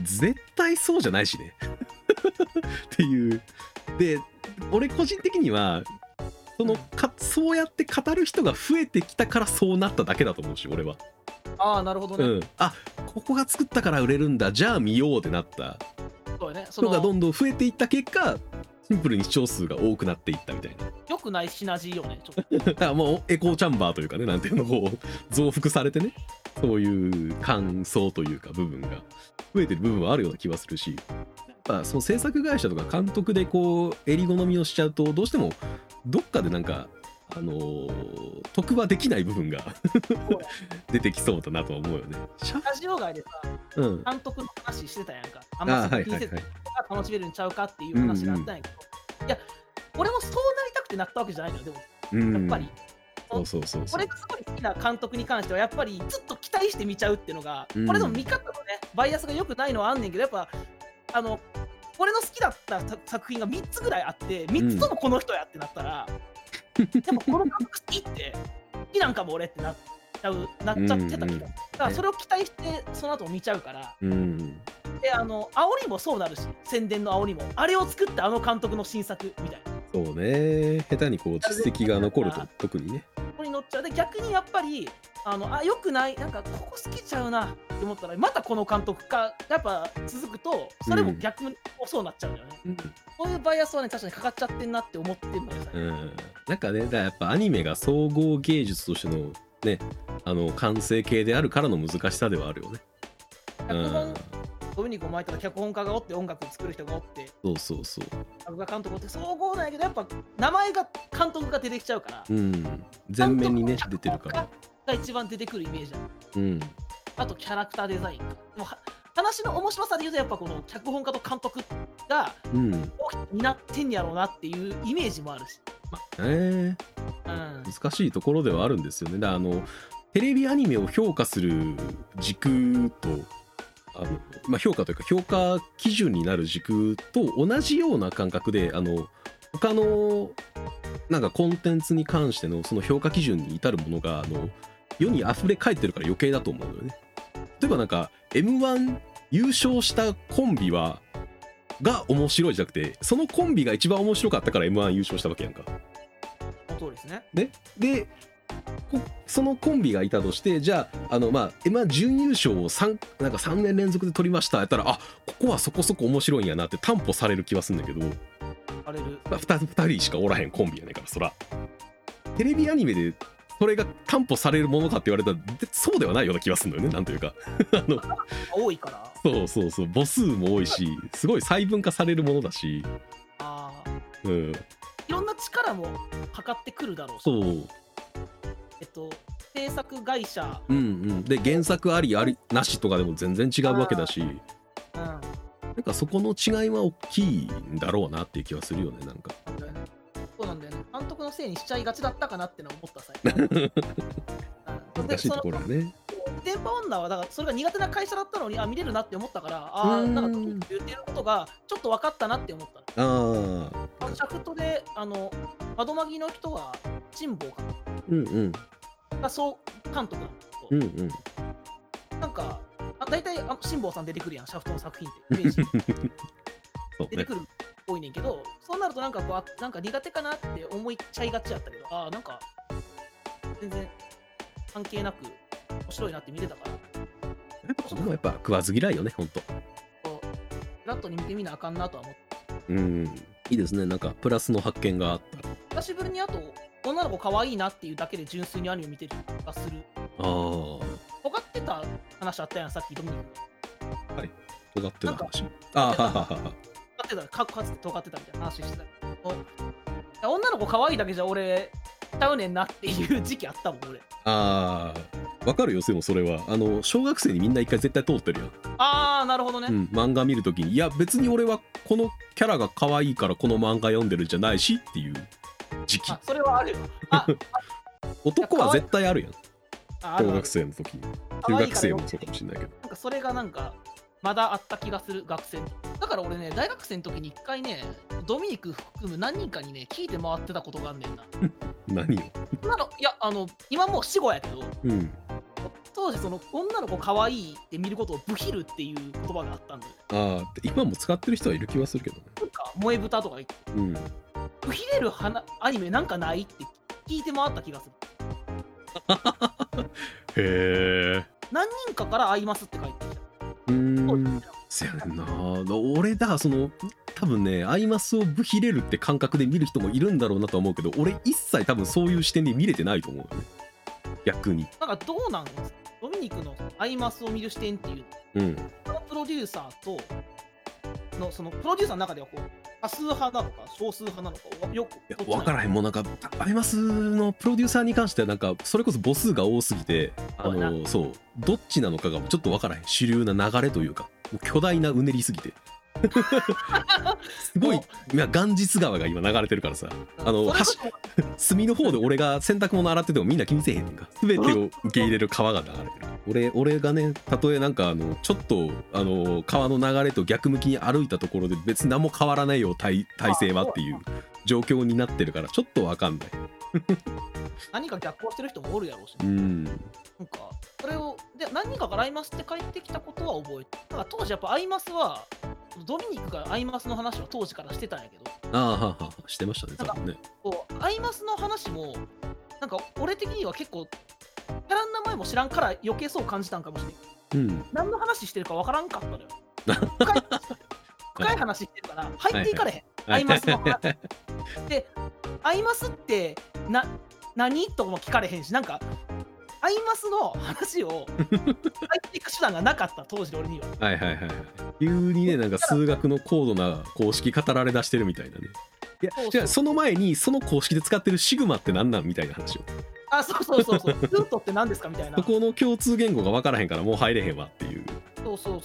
A: 絶対そうじゃないしね っていうで俺個人的にはそのかそうやって語る人が増えてきたからそうなっただけだと思うし俺は、
B: ああ、なるほど
A: う
B: ね。
A: ん、あここが作ったから売れるんだじゃあ見ようってなった
B: そうよね。そ
A: 人がど
B: の、
A: んどん増えていった結果シンプルに視聴数が多くなっていったみたいな
B: 良くないシナジーよね。ちょっと。
A: だからもうエコーチャンバーというかねなんていうのを増幅されてねそういう感想というか部分が増えてる部分はあるような気はするしやっぱその制作会社とか監督でこう襟好みをしちゃうとどうしてもどっかでなんかあのー得はできない部分が 出てきそうだなとは思うよね。シャ
B: スタジオ外でさ、
A: うん、あ
B: 監督の話してたやんか。あんま
A: あ
B: そ
A: は
B: こ
A: い
B: 気
A: は
B: に
A: いは
B: せ
A: い
B: ず、が楽しめるんちゃうかっていう話があったんやけど、いや、俺もそうなりたくてなったわけじゃないのよ、でも、
A: うん
B: やっぱり。
A: そうそうそうそ
B: こ
A: う
B: れがすごい好きな監督に関してはやっぱりずっと期待して見ちゃうっていうのが、
A: うん
B: これでも見方のねバイアスが良くないのはあんねんけどやっぱあの俺の好きだった作作品が3つぐらいあって3つともこの人やってなったら、でもこの監督好きって好きなんかも俺ってなっちゃうなっちゃっ
A: う
B: てた気がする、
A: んうん
B: だからそれを期待してその後も見ちゃうから
A: うん
B: であの煽りもそうなるし宣伝の煽りもあれを作ったあの監督の新作みたいな。
A: そうね下手にこう実績が残ると特にね。
B: ここに乗っちゃうで逆にやっぱりあのあ良くないなんかここ好きちゃうなって思ったらまたこの監督かやっぱ続くとそれも逆にそうなっちゃうんだよね、
A: うん
B: そういうバイアスはね確かにかかっちゃってんなって思ってるのよ、
A: うん、なんかねだからやっぱアニメが総合芸術としてのねあの完成形であるからの難しさではあるよね。う
B: 脚本
A: ん、
B: ドミニクを巻いたら脚本家がおって音楽を作る人がおって
A: そうそうそう。
B: 脚本家監督おって総合なんやけどやっぱ名前が監督が出てきちゃうから
A: うん、全面にね出てるから。
B: らが一番出てくるイメージある
A: うん、
B: あとキャラクターデザインもうは話の面白さで言うとやっぱこの脚本家と監督が
A: うん、
B: になってんやろうなっていうイメージもあるし、
A: ね
B: うん、
A: 難しいところではあるんですよね。だからあのテレビアニメを評価する軸とあの、まあ、評価というか評価基準になる軸と同じような感覚であの他のなんかコンテンツに関してのその評価基準に至るものがあの世に溢れ返ってるから余計だと思うのよね。例えばなんか m 1優勝したコンビはが面白いじゃなくてそのコンビが一番面白かったから m 1優勝したわけやんか。
B: そうですね。
A: ね、でこそのコンビがいたとしてじゃああの、まあ、m 1準優勝を 3, なんか3年連続で取りましたやったらあここはそこそこ面白いんやなって担保される気はするんだけど、
B: あれる。
A: まあ、2, 人しかおらへんコンビやねんからそらテレビアニメでそれが担保されるものかって言われたらでそうではないような気がするんだよねなんというかあの
B: 多いから。
A: そうそうそう母数も多いしすごい細分化されるものだし、
B: ああ。
A: うん、
B: いろんな力もかかってくるだろうし。
A: そう
B: えっと、制作会社。
A: うんうんで原作ありありなしとかでも全然違うわけだし。
B: うん。なん
A: なんかそこの違いは大きいんだろうなっていう気はするよねなんか
B: だよねそうなんだよね。監督のせいにしちゃいがちだったかなってのは思った際。 うんで
A: 難しいところはね
B: 電波女はだからそれが苦手な会社だったのにあ見れるなって思ったからああ
A: うん
B: なんか言ってることがちょっと分かったなって思った
A: ああ
B: あのシャフトであの窓マギの人は辛坊
A: うんうん
B: が総監督なんだ
A: う
B: け
A: んうん
B: どなんかあ大体あ辛坊さん出てくるやんシャフトの作品ってイ メージ
A: そう
B: 出
A: ね
B: てくる多いねんけどそうなるとなんかこうあなんか苦手かなって思いちゃいがちやったけどああなんか全然関係なく面白いなって見れたから
A: やっぱこれもやっぱ食わず嫌いよねほんと
B: こうフラットに見てみなあかんなとは思って。
A: うんいいですねなんかプラスの発見があった
B: 久しぶりにあと女の子可愛いなっていうだけで純粋にアニメ見てる気がする
A: あー
B: 尖ってた話あったやんさっきドミニクの
A: 尖ってる話あーはははは
B: 尖ってたかかつて尖ってたみたいな話してたおいや女の子可愛いだけじゃ俺ちゃうねんなっていう時期あったもん俺
A: あーわかるよでもそれはあの小学生にみんな一回絶対通ってるよ、
B: ああなるほどね、
A: うん、漫画見るときにいや別に俺はこのキャラが可愛いからこの漫画読んでるんじゃないしっていう時期
B: あそれはあるよあ
A: 男は絶対あるやん
B: あある
A: 小
B: ある
A: 学生の時に
B: 可
A: 中
B: 愛
A: 学
B: いから
A: 生
B: よ
A: もそうかもしれないけど
B: なんかそれがなんかまだあった気がする学生のだから俺ね大学生の時に一回ねドミニク含む何人かにね聞いて回ってたことがあんねんな
A: 何よ
B: 女のいやあの今もう死後やけど
A: うん
B: 当時その女の子可愛いって見ることをブヒルっていう言葉があったんで
A: ああ今も使ってる人はいる気はするけどね
B: なんか萌え豚とか言って
A: うん
B: ブヒれる花アニメなんかないって聞いて回った気がする
A: へえ
B: 何人かから会いますって書いてきた
A: う
B: そうんですね
A: せやねんな俺だその多分ねアイマスをブヒレるって感覚で見る人もいるんだろうなとは思うけど俺一切多分そういう視点で見れてないと思うよね逆に
B: なんかどうなんですかドミニクのアイマスを見る視点っていうの
A: うん
B: そのプロデューサーとのそのプロデューサーの中ではこう多数派なのか少数派なのかよ
A: い
B: く
A: や分から
B: ん
A: へんもうなんかアイマスのプロデューサーに関してはなんかそれこそ母数が多すぎてあ
B: そうや
A: のそうどっちなのかがちょっと分からへん主流な流れというかもう巨大なうねりすぎ てすごい
B: も
A: 今元日川が今流れてるからさあの
B: それこそ
A: 隅の方で俺が洗濯物洗っててもみんな気にせえへんねんか全てを受け入れる川が流れる俺俺がねたとえなんかあのちょっとあの川の流れと逆向きに歩いたところで別に何も変わらないよ体体勢はっていう状況になってるからちょっとわかんない
B: 何か逆行してる人もおるやろうしね
A: うん
B: なんか、それを、で、何人かがアイマスって帰ってきたことは覚えて、なんか当時やっぱアイマスは、ドミニクがアイマスの話は当時からしてたんやけど、
A: ああはあはあしてましたね多分ね
B: こうアイマスの話も、なんか俺的には結構、キャラの名前も知らんから余計そう感じたんかもしれん。
A: うん
B: 何の話してるかわからんかった のよ。深い深い話してるから、入っていかれへん。アイマスの話。で、アイマスってな何とかも聞かれへんし、なんか、アイマスの話を入っていく手段がなかった、当時の俺には。
A: はいはいはいはい急にねなんか数学の高度な公式語られ出してるみたいなねいや
B: そうそう
A: じゃあその前にその公式で使ってるシグマって何なんみたいな話を
B: あ、そうそうそう そう、ルートって何ですかみたいな。
A: そ
B: そう
A: この共通言語が分からへんからもう入れへんわっていう
B: そうそう。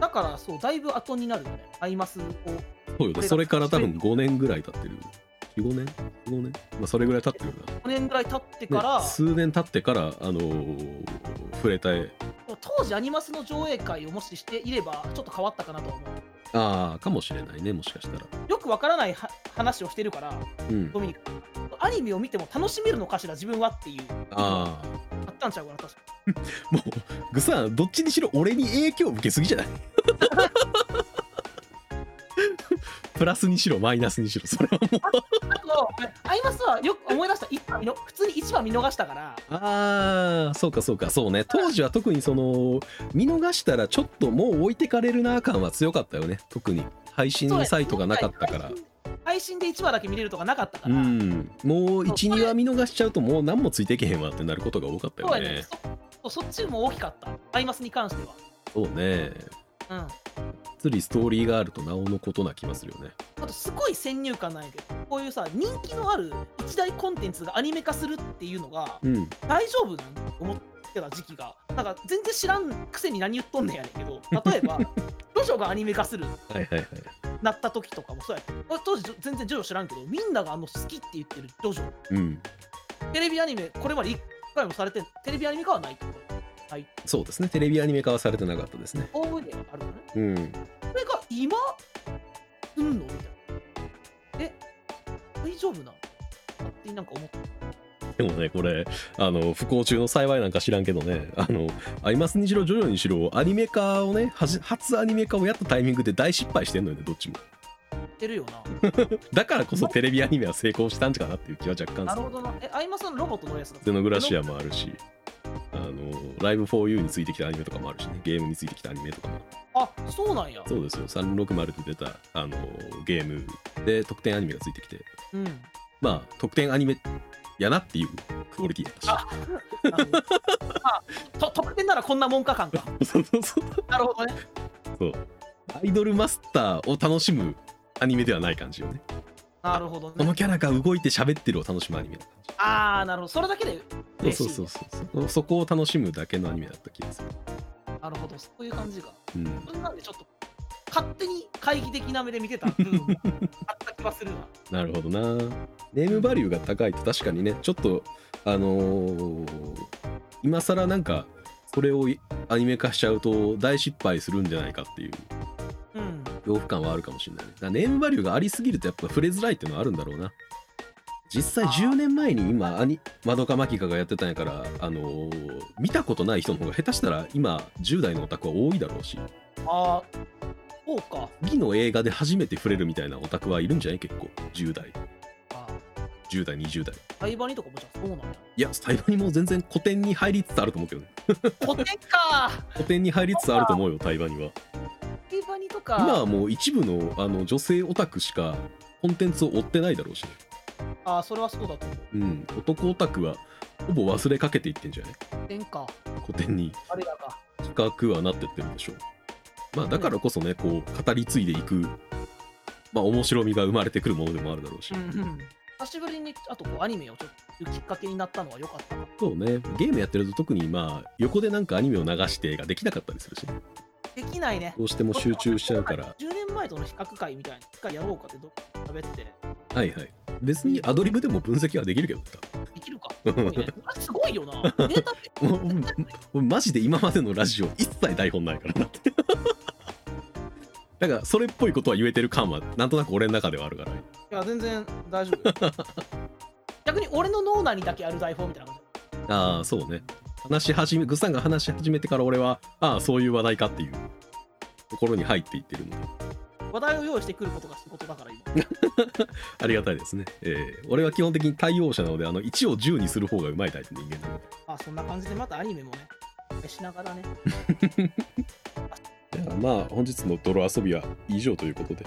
B: だから、そう、だいぶ後になるよね、アイマスを。
A: そうよ
B: これ
A: ね
B: が
A: それから多分5年ぐらい経ってる45年5年、まあ、それぐらい経ってるよ
B: 5年ぐらい経ってか
A: な、
B: ら、
A: ね、数年経ってからあのー触れたい
B: 当時アニマスの上映会をもししていれば、ちょっと変わったかなとは思う。
A: ああかもしれないねもしかしたら
B: よくわからないは話をしてるから、
A: うん
B: ドミニク、アニメを見ても楽しめるのかしら、自分はっていう、あ
A: ああ
B: っったんちゃうかな確か
A: もうグさんどっちにしろ俺に影響受けすぎじゃない プラスにしろマイナスにしろそれはもう
B: あとアイマスはよく思い出した一話見の普通に1話見逃したから
A: ああそうかそうかそうね当時は特にその見逃したらちょっともう置いてかれるな感は強かったよね特に配信
B: そうや
A: サイトがなかったから
B: 配信配信で1話だけ見れるとかなかった
A: う
B: から、
A: んもう
B: そう
A: 12話見逃しちゃうともう何もついていけへんわってなることが多かった
B: そう
A: よ
B: やね
A: ね
B: そそっちも大きかったアイマスに関して
A: そうね
B: はうん
A: つりストーリーがあるとなおのことな気がするよね
B: あとすごい先入観なんやけどこういうさ人気のある一大コンテンツがアニメ化するっていうのが
A: うん
B: 大丈夫なんと思ってた時期がなんか全然知らんくせに何言っとんねんやねんけど例え ば「ジョジョ」がアニメ化する
A: はいはいはい
B: なった時とかもそうやった俺当時全然ジョジョ知らんけどみんながあの好きって言ってるジョジョ
A: うん
B: テレビアニメこれまで1回もされてテレビアニメ化はないってこと
A: そうですねテレビアニメ化はされてなかったですね
B: 大声であるの
A: う
B: ね
A: ん
B: それが今すんのみたいなえ大丈夫なの勝手になんか思った
A: でもねこれあの不幸中の幸いなんか知らんけどねあのアイマスにしろジョジョにしろアニメ化をねはじ初アニメ化をやったタイミングで大失敗してんのよねどっちも
B: ってるよな
A: だからこそテレビアニメは成功したんじゃかなっていう気は若干
B: な
A: す
B: る
A: る
B: ほどな。え、アイマスのロボットのやつだ。
A: ゼノグラシアもあるしあのライブ 4U についてきたアニメとかもあるしねゲームについてきたアニメとかも
B: あ、そうなんや。
A: そうですよ360で出たあのゲームで特典アニメがついてきて
B: うん。
A: まあ特典アニメやなっていうクオリティやったし
B: あなるほどあ、 と特典ならこんなもんか感か。
A: そうそうそう
B: なるほどね。
A: アイドルマスターを楽しむアニメではない感じよね。
B: なるほど
A: こ
B: ね
A: の。キャラが動いて喋ってるを楽しむアニメだった
B: あー、なるほど。それだけで
A: 感じ。そ
B: 嬉しいう
A: そうそうそう。そこを楽しむだけのアニメだった気がする。
B: なるほど。そういう感じが。
A: うん。
B: そんなんでちょっと、勝手に懐疑的な目で見 てた部分があった気がするな。
A: なるほどな。ネームバリューが高いと確かにね、ちょっと、あのー今更なんか、それをいアニメ化しちゃうと大失敗するんじゃないかっていう
B: うん。
A: 恐怖感はあるかもしれないね。だからネームバリューがありすぎるとやっぱ触れづらいっていうのはあるんだろうな。実際
B: あー
A: 10年前に今、アニまどかまきかがやってたんやから、あのー見たことない人の方が下手したら今、10代のオタクは多いだろうし、
B: あー、そうか。
A: 次の映画で初めて触れるみたいなオタクはいるんじゃない結構。10代、
B: あ
A: 10代、20代。
B: ー、イバニとかもじゃあそうなんや。
A: いや、最後にもう全然古典に入りつつあると思うけどね。
B: 古典か。
A: 古典に入りつつあると思うよ、台湾には。
B: タイバニと
A: 今
B: か。
A: はもう一部のあの女性オタクしかコンテンツを追ってないだろうしね、
B: あー、それはそうだと思う。
A: うん、男オタクはほぼ忘れかけていってんじゃない
B: 古典か。
A: 古典に
B: あれだか。
A: 近くはなってってるでしょう。まあだからこそね、こう語り継いでいく、まあ面白みが生まれてくるものでもあるだろうし。
B: 久しぶりにあとこうアニメをちょっときっかけになったのは良かったな
A: そうね、ゲームやってると特にまあ横でなんかアニメを流してができなかったりするしね、
B: できないね
A: どうしても集中しちゃうから、
B: 10年前との比較会みたいな一回やろうかってどっか喋って
A: はいはい。別にアドリブでも分析はできるけど
B: できる かすごいねあれすごいよなデータって
A: なもううん俺マジで今までのラジオ一切台本ないからなって だからそれっぽいことは言えてる感はなんとなく俺の中ではあるから
B: いや全然大丈夫 よ逆に俺の脳内にだけある台本みたいな感
A: ああそうね話し始めグッさんが話し始めてから俺はああそういう話題かっていうところに入っていってるので
B: じ話題を用意してくることが仕事だから今
A: ありがたいですねえー俺は基本的に対応者なのであの1を10にする方がうまいタイプの人間なの
B: まあそんな感じでまたアニメもねしながらね
A: でだからまあ本日の泥遊びは以上ということで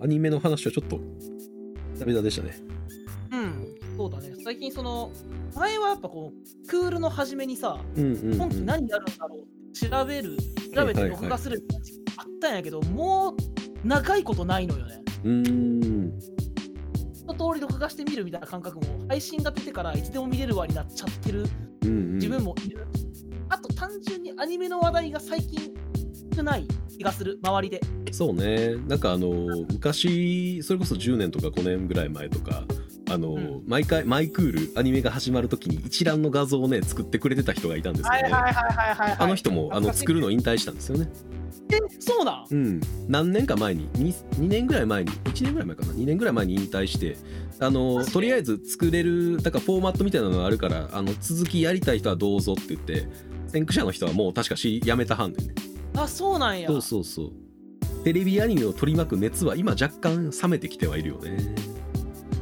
A: アニメの話はちょっとダメだでしたね
B: うんそうだね最近その前はやっぱこうクールの初めにさ
A: うんうんうん
B: 今期何やるんだろうって調べる調べて録画するってあったんやけど、もう長いことないのよね
A: うーん
B: 一通り録画してみるみたいな感覚も配信が出てからいつでも見れるわになっちゃってる
A: うんうん
B: 自分もいる、あと単純にアニメの話題が最近少ない気がする周りで
A: そうねなんかあの昔それこそ10年とか5年ぐらい前とかあの、
B: うん
A: 毎回マイクールアニメが始まる時に一覧の画像をね作ってくれてた人がいたんですけどね、
B: いはいはいはい
A: あの人もあの作るの引退したんですよね。
B: えそうなん
A: うん、何年か前に 2, 2年ぐらい前に1年ぐらい前かな2年ぐらい前に引退してあの
B: マジで
A: とりあえず作れるだからフォーマットみたいなのがあるからあの続きやりたい人はどうぞって言って先駆者の人はもう確かしやめたはんねんね
B: あそうなんや
A: そうそうそうテレビアニメを取り巻く熱は今若干冷めてきてはいるよね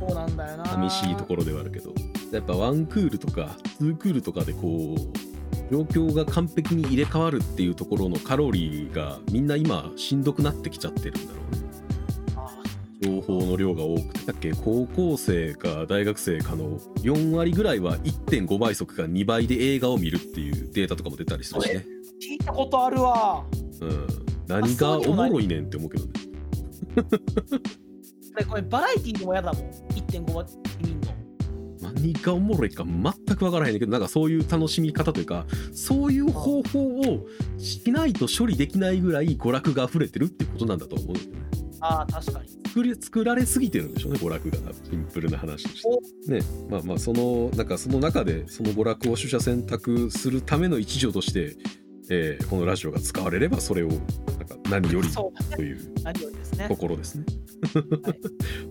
B: そうなんだよな
A: 寂しいところではあるけどやっぱワンクールとかツークールとかでこう状況が完璧に入れ替わるっていうところのカロリーがみんな今しんどくなってきちゃってるんだろうね
B: あ
A: 情報の量が多くてだっけ高校生か大学生かの4割ぐらいは1.5倍速か2倍で映画を見るっていうデータとかも出たりするしね、
B: 聞いたことあるわ
A: うん、何がおもろいねんって思うけどね
B: これこれバラエティーでもやだもん1.5倍見んの
A: 何がおもろいか全く分からへんねんけどなんかそういう楽しみ方というかそういう方法をしないと処理できないぐらい娯楽が溢れてるってことなんだと思うよね
B: あー確かに
A: 作り作られすぎてるんでしょうね娯楽がシンプルな話として。ねまあまあそのなんかその中でその娯楽を取捨選択するための一助として、えーこのラジオが使われればそれをなんか何より
B: そう
A: という
B: 何よりですね
A: ところですね。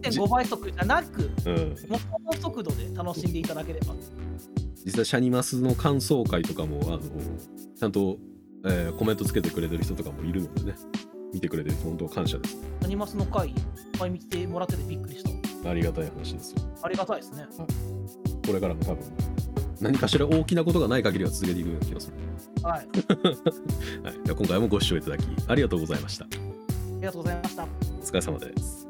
B: 1.5倍速じゃなく
A: うん、
B: 元の速度で楽しんでいただければ
A: 実際シャニマスの感想会とかもあのちゃんと、えーコメントつけてくれてる人とかもいるのでね見てくれてる本当感謝です。
B: アニマスの回いっぱい見てもらっててびっくりした
A: ありがたい話ですよ。
B: ありがたいですね、
A: これからも多分何かしら大きなことがない限りは続けていくような気がする。
B: はいあ
A: はい、では今回もご視聴いただきありがとうございました。
B: りがとうございました
A: お疲れ様です。